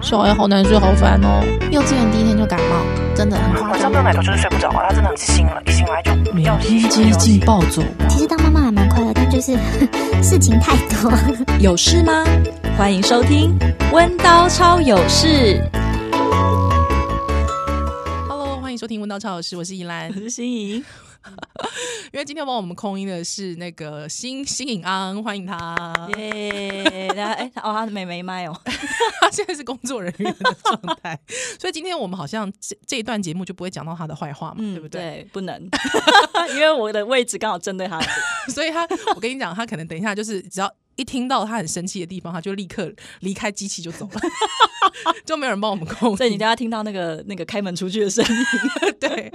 小孩好难睡，好烦哦。幼稚园第一天就感冒，真的很夸晚张上没。有奶头就是睡不着啊，他真的很清醒了，一醒来就每要洗天洗接要洗近暴走王，其实当妈妈还蛮快乐，但就是 事情太多。有事吗？欢迎收听《温刀超有事》， Hello，欢迎收听《问道超老师》，我是依兰。我是心怡。因为今天帮我们控音的是那个新新颖安，欢迎他。耶！然后哎，哦，他的妹妹麦哦，他 现在是工作人员的状态， 所以今天我们好像这这一段节目就不会讲到他的坏话嘛，嗯对不对？ 对？不能， 因为我的位置刚好针对他的脸。 所以他，我跟你讲，他可能等一下就是只要。一听到他很生气的地方，他就立刻离开机器就走了，就没有人帮我们控音。 所以你大家听到那个那个开门出去的声音， 对，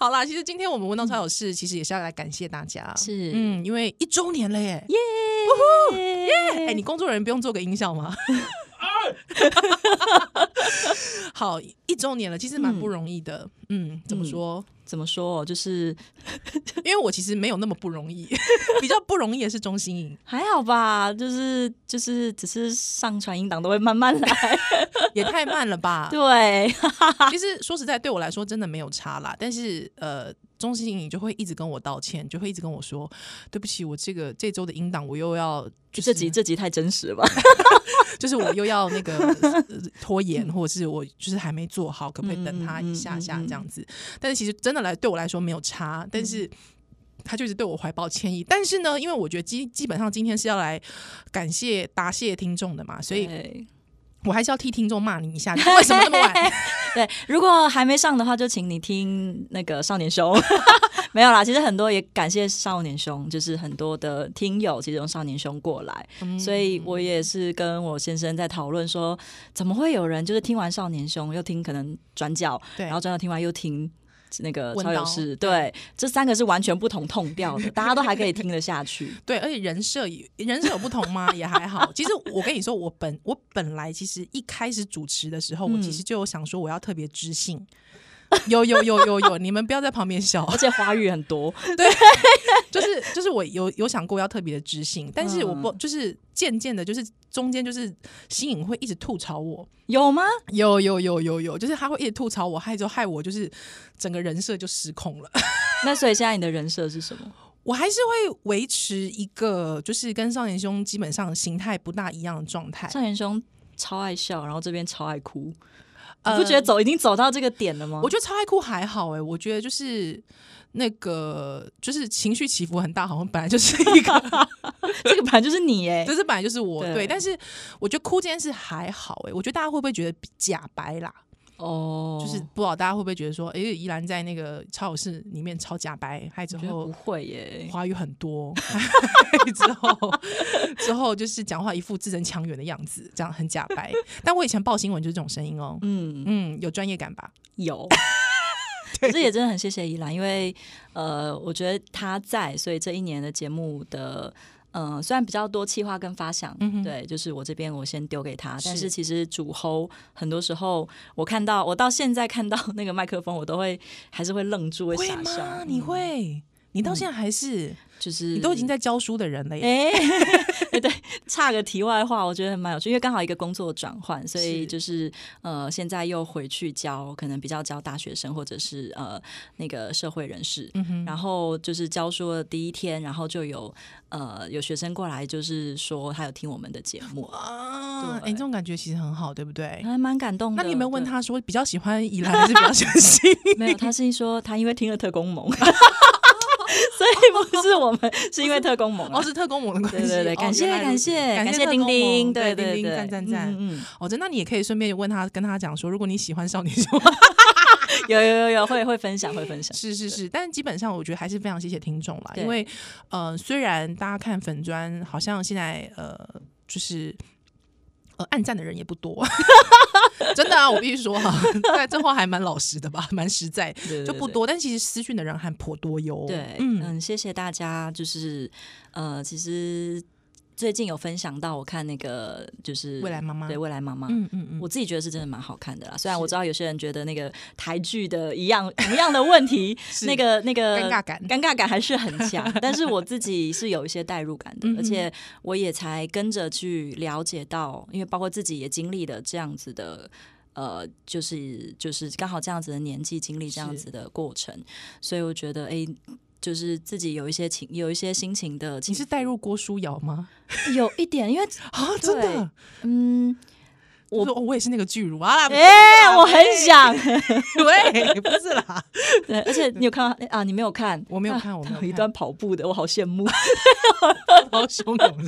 好啦，其实今天我们问到超有事，其实也是要来感谢大家，是嗯，因为一周年了耶，耶，哎、你工作人员不用做个音效吗？好，一周年了，其实蛮不容易的，嗯，怎么说？怎么说哦？就是因为我其实没有那么不容易， 比较不容易的是中心营，还好吧，就是就是只是上传音档都会慢慢来。也太慢了吧？ 对，其实说实在，对我来说真的没有差啦。但是呃，中心你就会一直跟我道歉，就会一直跟我说对不起，我这个这周的音档我又要就是这集这集太真实了吧？就是我又要那个呃拖延，或者是我就是还没做好，可不可以等他一下下这样子？但是其实真的来对我来说没有差，但是。他就是对我怀抱歉意，但是呢，因为我觉得基基本上今天是要来感谢答谢听众的嘛，所以对我还是要替听众骂你一下，就是 为什么那么 晚？对，如果还没上的话，就请你听那个少年兄。 没有啦，其实很多也感谢少年兄，就是很多的听友其实用少年兄过来，嗯所以我也是跟我先生在讨论说，怎么会有人就是听完少年兄又听可能转角，对然后转角听完又听。那个文超有刀事，对，这三个是完全不同痛调 的，大家都还可以听得下去。对，而且人设也人设有不同吗？也还好。其实我跟你说，我本我本来其实一开始主持的时候，我其实就有想说我要特别知性。有有有有有，你们不要在旁边笑而，且华语很多，就是 就是我有有想过要特别的知性，但是我不嗯就是渐渐的，就是中间就是新颖会一直吐槽我，有吗？有有有有有，就是他会一直吐槽我，害就害我就是整个人设就失控了。 那所以现在你的人设是什么？我还是会维持一个就是跟少年兄基本上形态不大一样的状态，少年兄超爱笑，然后这边超爱哭，呃你不觉得走已经走到这个点了吗？我觉得超爱哭还好哎、我觉得就是那个就是情绪起伏很大，好像本来就是一 个，这个本来就是你哎、这是本来就是我对对，但是我觉得哭这件事还好哎、我觉得大家会不会觉得假白啦？哦，就是不知道大家会不会觉得说，哎、依然在那个超有市里面超假白，还之我觉得后不会耶、话语很多， 之后之后就是讲话一副字正腔圆的样子，这样很假白。但我以前报新闻就是这种声音哦，嗯，嗯，有专业感吧？ 有。可是也真的很谢谢依兰，因为呃，我觉得他在，所以这一年的节目的。嗯、虽然比较多企划跟发想，对，就是我这边我先丢给他，嗯但是是其实主喉很多时候我看到，我到现在看到那个麦克风，我都会还是会愣住，会会傻吗笑？。你嗯会？你到现在还是？就是你都已经在教书的人了耶。 哎、对，差个题外话，我觉得蛮有趣，因为刚好一个工作转换，所以是就是呃，现在又回去教，可能比较教大学生或者是呃那个社会人士。嗯然后就是教书的第一天，然后就有呃有学生过来，就是说他有听我们的节目，啊，哎、对这种感觉其实很好，对不 对？还蛮感动的。那你有没有问对？他说比较喜欢宜兰还是比较喜欢新？没有，他是说他因为听了特 工盟，所以不是我们，是因为特工盟啊、哦，是特工盟的关对系。对对，哦感谢原来感如此谢感谢特丁工丁，盟对对丁对，丁赞赞赞。嗯嗯嗯哦，真的，那你也可以顺便问他，跟他讲说，如果你喜欢少年秀， 有有有有会会分享会分 享，是是是，但基本上我觉得还是非常谢谢听众啦，对因为呃，虽然大家看粉砖好像现在呃，就是呃，暗赞的人也不多， 真的啊，我必须说哈，但这话还蛮老实的吧，蛮实在，对就不。多，但其实私讯的人还颇多哟。对对，对嗯，嗯，谢谢大家，就是呃，其实。最近有分享到，我看那个就是未来妈妈对未来妈妈，嗯嗯嗯，我自己觉得是真的蛮好看的啦。虽然是我知道有些人觉得那个台剧的一样同样的问 题，那个那个尴尬感尴尬感还是很强， 但是我自己是有一些代入感嗯的，而且我也才跟着去了解到，因为包括自己也经历了这样子的。呃，就是就是刚好这样子的年纪经历这样是子的过程，所以我觉得，哎、就是自己有一些情，有一些心情的你情，是带入郭书瑶 吗？有一点，因为啊，真的， 嗯，我说哦我也是那个巨乳啊啦，哎、我很想，对，不是啦， 对，而且你有看到啊？你没有看？我没有看啊我没他有有一看段跑步的，我好羡 慕。好汹 涌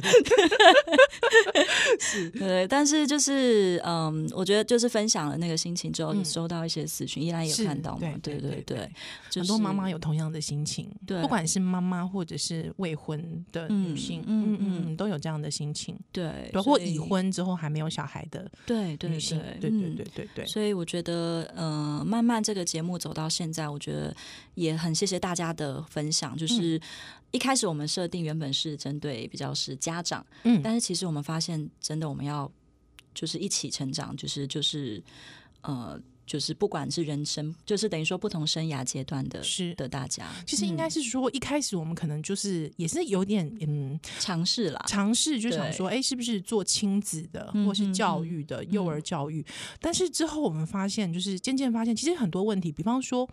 是不是，对，但是就是嗯，我觉得就是分享了那个心情之后，有收到一些私讯，依然有嗯是看到嘛？对对对对对对，就很是多妈妈有同样的心情，对不管是妈妈或者是未婚的女嗯性，嗯嗯嗯嗯嗯，都有这样的心情，对对，或所以已婚之后还没有小孩的对对女性，对嗯对对对对，所以我觉得，呃，慢慢这个节目走到现在，我觉得也很谢谢大家的分享。嗯就是一开始我们设定原本是针对比较是家长，嗯但是其实我们发现，真的我们要就是一起成长，就是就是呃，就是不管是人生，就是等于说不同生涯阶段的是的大家，其实应该嗯是说，一开始我们可能就是也是有点嗯尝试啦。尝试，就想对说，哎，是不是做亲子的，嗯或是嗯教嗯育的、幼儿教育？但是之后我们发现，就是渐渐发现，其实很多问题，比方说。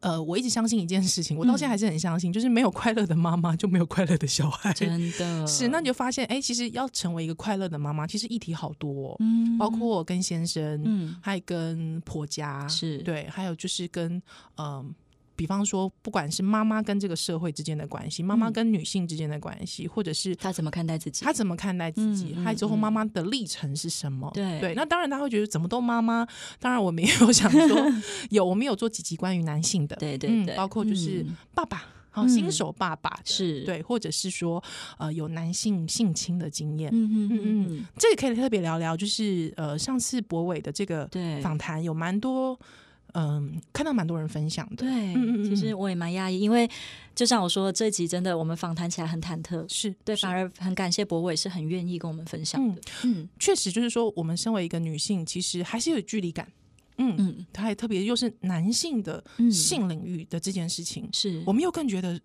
呃，我一直相信一件事情，嗯我到现在还是很相信，就是没有快乐的妈妈就没有快乐的小孩。真的是，那你就发现，哎、其实要成为一个快乐的妈妈，其实议题好多、哦，嗯包括跟先生，嗯还跟婆家，是对，还有就是跟嗯、比方说，不管是妈妈跟这个社会之间的关系，妈妈嗯跟女性之间的关系，或者是他怎么看待自己她？怎么看待自己，嗯嗯还有之后嗯妈妈的历程是什么？对对，那当然她会觉得怎么都妈妈。当然我们也有想说， 有我们有做几集关于男性的，嗯对对对包括就是嗯爸爸。好，嗯新手爸爸的是对，或者是说，呃，有男性性侵的经验，嗯嗯嗯嗯嗯嗯，这个可以特别聊聊，就是呃，上次博伟的这个对访谈有蛮多，嗯、看到蛮多人分享的，对，嗯嗯其实我也蛮压抑，因为就像我说，这集真的我们访谈起来很忐忑，是对，是反而很感谢博伟是很愿意跟我们分享嗯的，嗯确实就是说，我们身为一个女性，其实还是有距离感，嗯，嗯他还特别又是男性的嗯，性领域的这件事情，是我们又更觉得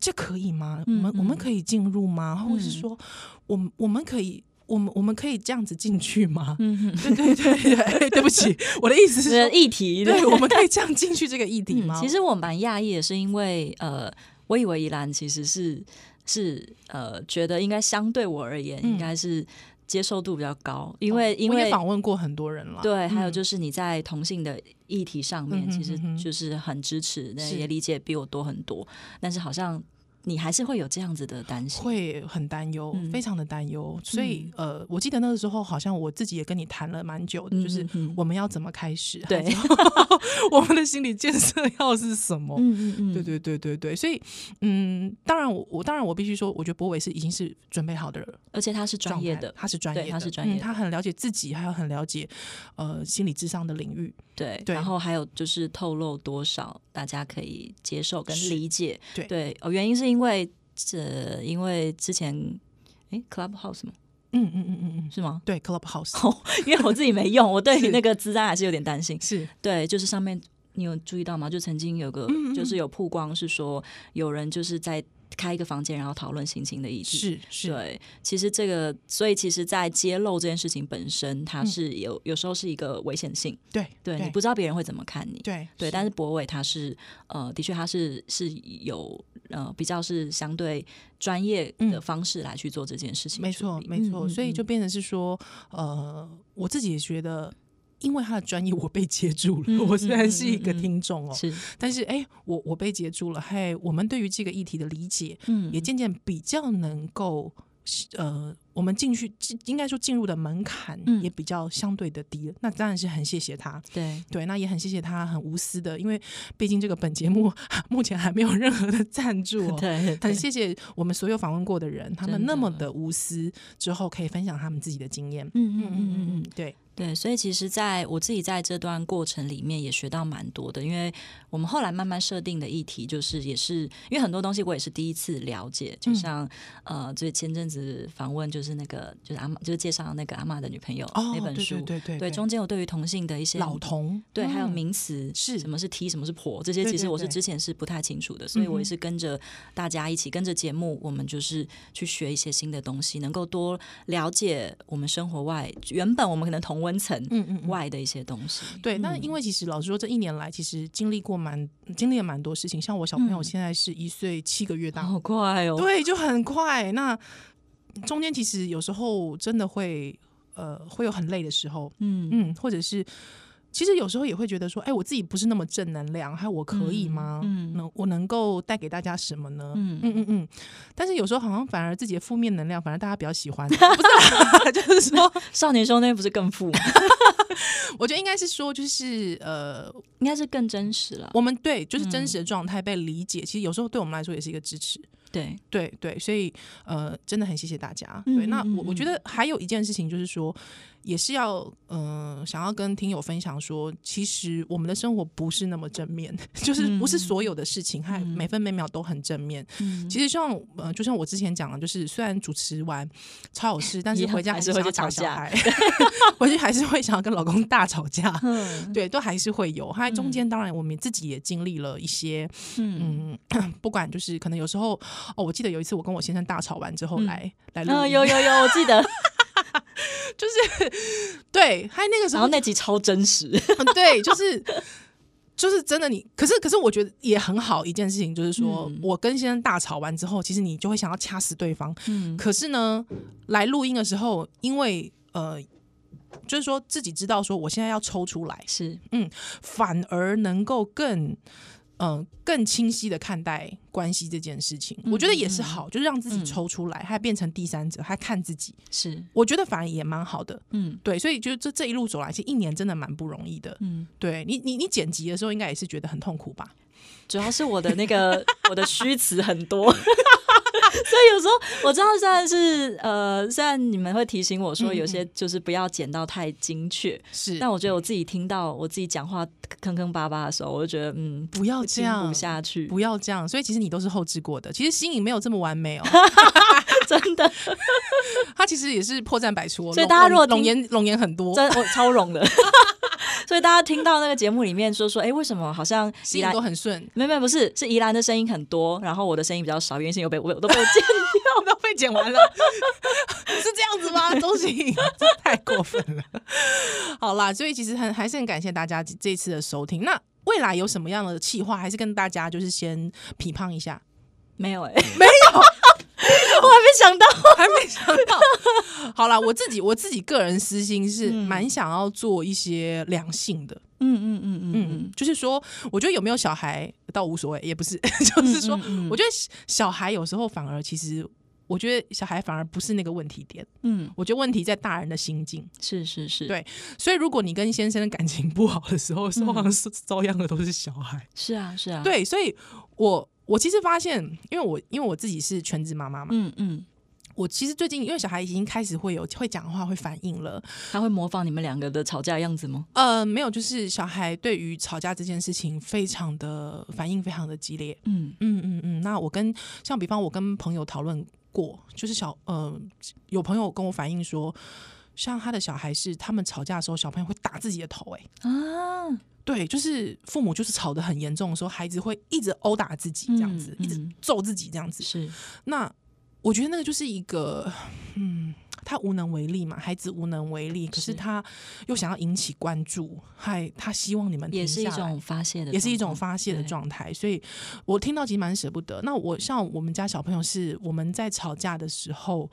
这可以吗？嗯我们我们嗯可以进入吗？或者是说，我们我们可以，我们我们可以这样子进去吗？嗯对对对对，对不起，我的意 思是的说，呃议题，对， 我们可以这样进去这个议题嗯吗？其实我蛮讶异的，是因为呃，我以为宜兰其实是是呃，觉得应该相对我而言，嗯哦应该是接受度比较高，因为、因我也为访问过很多人了，对，还有嗯就是你在同性的议题上面，嗯哼其实嗯哼就是很支持，那是也理解比我多很多，但是好像你还是会有这样子的担心。会很担忧，嗯非常的担忧。所以呃，我记得那个时候好像我自己也跟你谈了蛮久的，嗯就是嗯嗯我们要怎么开始，对还有 我们的心理建设要是什么。嗯嗯嗯，对对对对对，所以嗯，当然我我当然我必须说，我觉得博伟是已经是准备好的了，而且他是专业的，他是专业对的，他是专嗯业的他很了解自己，还有很了解呃心理智商的领域。对，对然后还有就是透露多少大家可以接受跟是理解，对哦，原因是因为这、因为之前诶 Clubhouse 吗？嗯嗯嗯嗯嗯，是吗？ 对，Clubhouse 哦，因为我自己没用，我对是那个资安还是有点担心。是对，就是上面你有注意到吗？就曾经有个嗯嗯就是有曝光是说有人就是在开一个房间，然后讨论性侵的议题。是是，对，其实这个，所以其实，在揭露这件事情本身，它嗯是有、有时候是一个危险性，对对你不知道别人会怎么看你，对对，但是博伟他是呃，的确他是是有呃比较是相对专业的嗯方式来去做这件事情没处错，理，没错，嗯所以就嗯变成是说，呃，我自己也觉得，因为他的专业，我被接住了。嗯我虽然是一个嗯嗯嗯嗯听众哦，是但是哎、我我被接住了，还我们对于这个议题的理解，嗯也渐渐比较能够，呃，我们进去进应该说进入的门槛嗯也比较相对的低了。那当然是很谢谢他，对对，那也很谢谢他，很无私的，因为毕竟这个本节目 目前还没有任何的赞助、哦，对很对谢谢我们所有访问过的人，他们真的那么的无私，之后可以分享他们自己的经验。嗯嗯嗯嗯嗯嗯嗯嗯，对，对，所以其实在我自己在这段过程里面也学到蛮多的，因为我们后来慢慢设定的议题，就是也是因为很多东西我也是第一次了解，嗯就像、呃，最前阵子访问就是那个就是阿嬷就是介绍那个阿嬷的女朋友、哦那本书，对对对对对中间我对于同性的一些老同对，还有嗯名词、是什么是 T，什么是婆，这些对其实对我是对之前是不太清楚的，所以我嗯也哼是跟着大家一起跟着节目，我们就是去学一些新的东西，能够多了解我们生活外原本我们可能同温层嗯嗯嗯外的一些东西。嗯对，那因为其实老实说，这一年来其实经历过蛮经历了蛮多事情，像我小朋友嗯现在是一岁七个月大，好快哦，对，就很快。那中间其实有时候真的会呃会有很累的时候，嗯，嗯，或者是其实有时候也会觉得说，哎、我自己不是那么正能量，还有我可以吗？嗯嗯能我能够带给大家什么呢？嗯嗯嗯嗯但是有时候好像反而自己的负面能量，反而大家比较喜欢， 不是啦， 就是说， 少年兄那不是更富吗，我觉得应该是说，就是呃，应该是更真实了。我们对就是真嗯实的状态被理解，其实有时候对我们来说也是一个支持。对，对对，所以呃，真的很谢谢大家。嗯对，那嗯我我觉得还有一件事情就是说，也是要呃，想要跟听友分享说，其实我们的生活不是那么正面， 就是不是所有的事情还每分每秒都很正面。嗯其实像呃，就像我之前讲的，就是虽然主持完超有事，但是一样回家还是是会去想要打吵架小 孩， 回去还是会想要跟老公大吵架。嗯对，都还是会有。还中间当然我们自己也经历了一些，嗯，嗯，不管就是可能有时候哦，我记得有一次我跟我先生大吵完之后嗯来、来然后录音，有有有，我 记得，对，还那个时候然后那集超 真实，对，就是就是真的你，可是可是我觉得也很好一件事情，就是说、嗯我跟先生大吵完之后，其实你就会想要掐死对方，嗯可是呢，来录音的时候，因为呃。就是说自己知道，说我现在要抽出来，是嗯反而能够更。嗯，更清晰的看待关系这件事情，我觉得也嗯是好，就是让自己抽出来，还变成第三者，还看自己，是，我觉得反而也蛮好的。嗯对，所以就这这一路走来，其实一年真的蛮不容易的。嗯。对你，你你剪辑的时候应该也是觉得很痛苦吧？主要是我的那 个我的虚词很多，所以有时候我知道虽然是呃，虽然你们会提醒我说有些就是不要剪到太精确，嗯是但我觉得我自己听到我自己讲话坑坑巴巴的时候，我就觉得嗯，不要这听样不，下去， 不要这样。所以其实你都是后置过的，其实新颖没有这么完美 哦，真的，它其实也是破绽百出哦。所以龙大家如果龙听颜龙颜很多，真我超容的。 所以大家听到那个节目里面说说，哎、为什么好像新宜颖兰都很顺，没有没有不是是宜兰的声音很多，然后我的声音比较少，原因是有被我我都被我剪我 都被剪完了，是这样子 吗？周行，这太过分了。 好啦，所以其实很还是很感谢大家这这次的收听。那未来有什么样的计划，还是跟大家就是先批判一 下。没有哎、没有， 我还没想到。还没想到。好啦，我自己我自己个人私心是蛮想要做一些良性的， 嗯嗯嗯嗯嗯嗯，，就是说，我觉得有没有小孩倒无所谓，也不是， 就是说，嗯嗯我觉得小孩有时候反而其实。我觉得小孩反而不是那个问题点，嗯，我觉得问题在大人的心境。是是是，对所以，如果你跟先生的感情不好的时候，受伤是遭殃的都是小孩。是啊是嗯啊，，对，所以我我其实发现，因为我因为我自己是全职妈妈嘛，嗯嗯，我其实最近因为小孩已经开始会有会讲话、会反应了，他会模仿你们两个的吵架样子吗？呃，没有，就是小孩对于吵架这件事情非常的反应非常的激烈。嗯嗯嗯嗯，那我跟像比方我跟朋友讨论过，就是小呃有朋友跟我反映说，像他的小孩是他们吵架的时候，小朋友会打自己的头、欸，哎，啊，对，就是父母就是吵得很严重的时候，孩子会一直殴打自己这样子，嗯一直嗯揍自己这样子。是，那我觉得那个就是一个，嗯，他无能为力嘛，孩子无能为力，可是是他又想要引起关注，还他希望你们也停是一下来种发泄的，也是一种，发泄的对状态，所以我听到其实蛮舍不得。那我像我们家小朋友是我们在吵架的时候，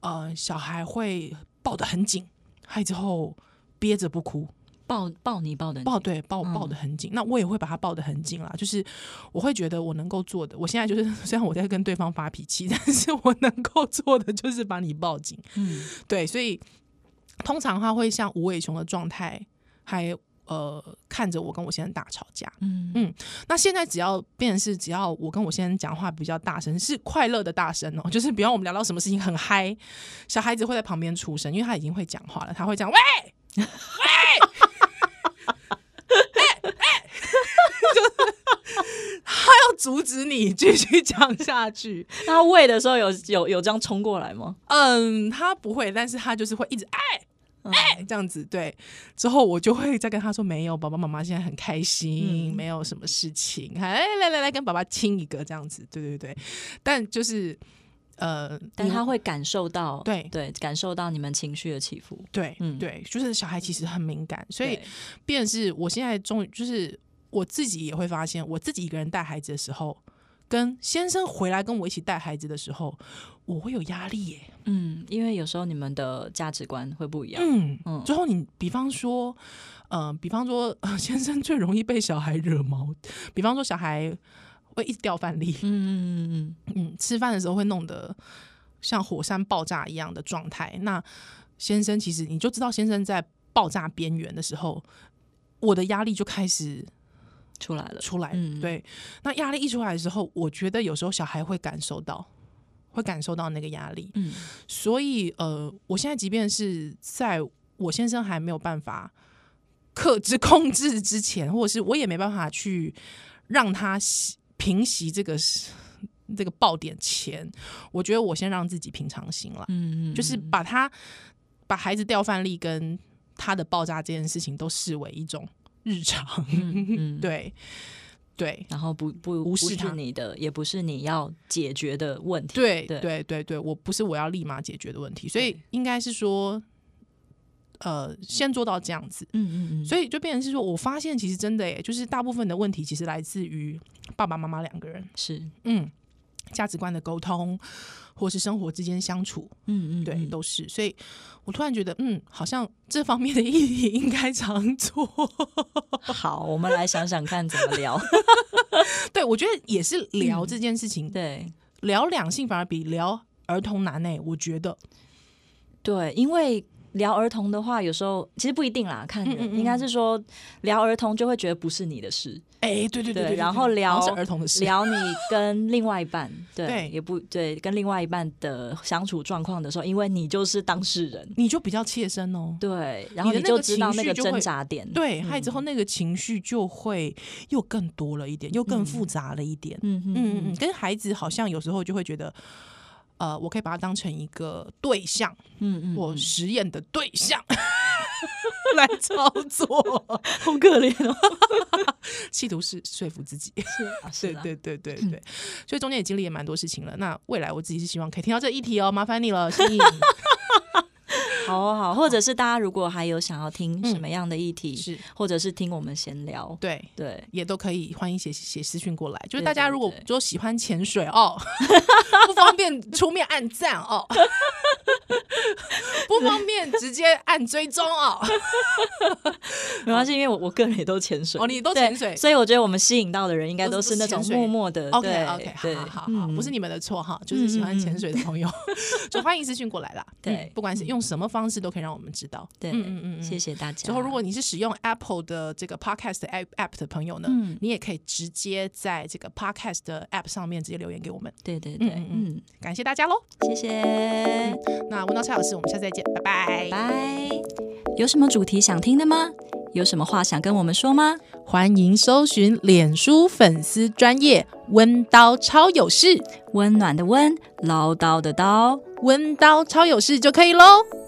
呃，小孩会抱得很紧，还之后憋着不哭，抱抱你抱的，抱对抱嗯抱得很紧。那我也会把他抱得很紧啦，就是我会觉得我能够做的，我现在就是 虽然我在跟对方发脾气，但是我能够做的就是把你抱紧。嗯对，所以通常他会像无尾熊的状态，还呃看着我跟我先生大吵架。嗯嗯那现在只要变成是，只要我跟我先生讲话比较大声，是快乐的大声哦，就是比方我们聊到什么事情很嗨，小孩子会在旁边出声，因为他已经会讲话了，他会讲喂， 哎 要阻止你继续讲下去。那他喂的时候有有有这样冲过来吗？嗯，他不会，但是他就是会一直哎嗯哎、这样子。对，之后我就会再跟他说，没有，爸爸妈妈现在很开心，嗯没有什么事情。哎，来来来，跟爸爸亲一个这样子。对对对，但就是呃，但你他会感受到，对对，感受到你们情绪的起伏。对，嗯对，就是小孩其实很敏感，所以对便是我现在终于就是我自己也会发现，我自己一个人带孩子的时候，跟先生回来跟我一起带孩子的时候，我会有压力耶。嗯，因为有时候你们的价值观会不一样。嗯嗯最后你比方说，呃，比方说、 呃先生最容易被小孩惹毛，比方说小孩会一直掉饭粒，嗯嗯嗯，吃饭的时候会弄得像火山爆炸一样的状态。那先生其实你就知道，先生在爆炸边缘的时候，我的压力就开始嗯，出来了。出来了。嗯对，那压力一出来的时候，我觉得有时候小孩会感受到，会感受到那个压力。嗯所以呃，我现在即便是在我先生还没有办法克制 控制之前，或者是我也没办法去让他息平息这个是这个爆点前，我觉得我先让自己平常心了，嗯嗯，就是把他把孩子掉饭粒跟他的爆炸这件事情都视为一种日常， 嗯，对对。然后不不无视不是它你的，也不是你要解决的问题。对对对对对，我不是我要立马解决的问题，所以对应该是说，呃，先做到这样子，嗯嗯嗯，所以就变成是说，我发现其实真的耶，就是大部分的问题其实来自于爸爸妈妈两个人，是嗯嗯，价值观的沟通，或是生活之间相处，嗯嗯对，都是。所以我突然觉得，嗯，好像这方面的议题应该常做。好，我们来想想看怎么 聊。对，我觉得也是聊这件事情，嗯对聊两性反而比聊儿童难呢、我觉得，对，因为。聊儿童的话，有时候其实不一定啦，看人。嗯嗯嗯应该是说聊儿童就会觉得不是你的事，哎、对对对对对，然后聊好像是儿童的事，聊你跟另外一半，对，对也不对，跟另外一半的相处状况的时候，因为你就是当事人，你就比较切身哦。对，然后你的你那个就知道情那绪个就会挣扎点，对，还有之后嗯那个情绪就会又更多了一点，又更复杂了一点。嗯嗯嗯嗯，嗯，跟孩子好像有时候就会觉得，呃，我可以把它当成一个对象，嗯嗯，我实验的对象 来操作，好可怜哦， 企图是说服自己。是啊，是对啊，对对对对，所以中间也经历也蛮多事情了。那未来我自己是希望可以听到这一题哦，麻烦你了，心意。好哦好，或者是大家如果还有想要听什么样的议题，嗯是或 者是听我们闲聊，对。对，也都可以，欢迎写写私讯过来。就是对大家对如果对说喜欢潜水 哦，不方便出面按赞哦，不方便直接按追踪哦。没关系，因为我我个人也都潜水，哦你都对潜水所以我觉得我们吸引到的人应该都都是是那种潜水默默的 OK 对 OK，好对好好，好嗯不是你们的错哈，就是喜欢潜水的朋友， 就欢迎私讯过来啦。对嗯不管是用什么方式，都可以让我们知道。对，嗯嗯嗯嗯谢谢大家。之后，如果你是使用 Apple 的这个 Podcast 的 app app 的朋友呢，嗯你也可以直接在这个 Podcast 的 app 上面直接留言给我们。对对嗯对，嗯嗯，感谢大家喽！谢谢，那文道蔡老师，我们下次再见，拜拜。拜。有什么主题想听的吗？有什么话想跟我们说吗？欢迎搜寻脸书粉丝专业温刀超有事，温暖的温，唠叨的叨。温刀超有事就可以喽。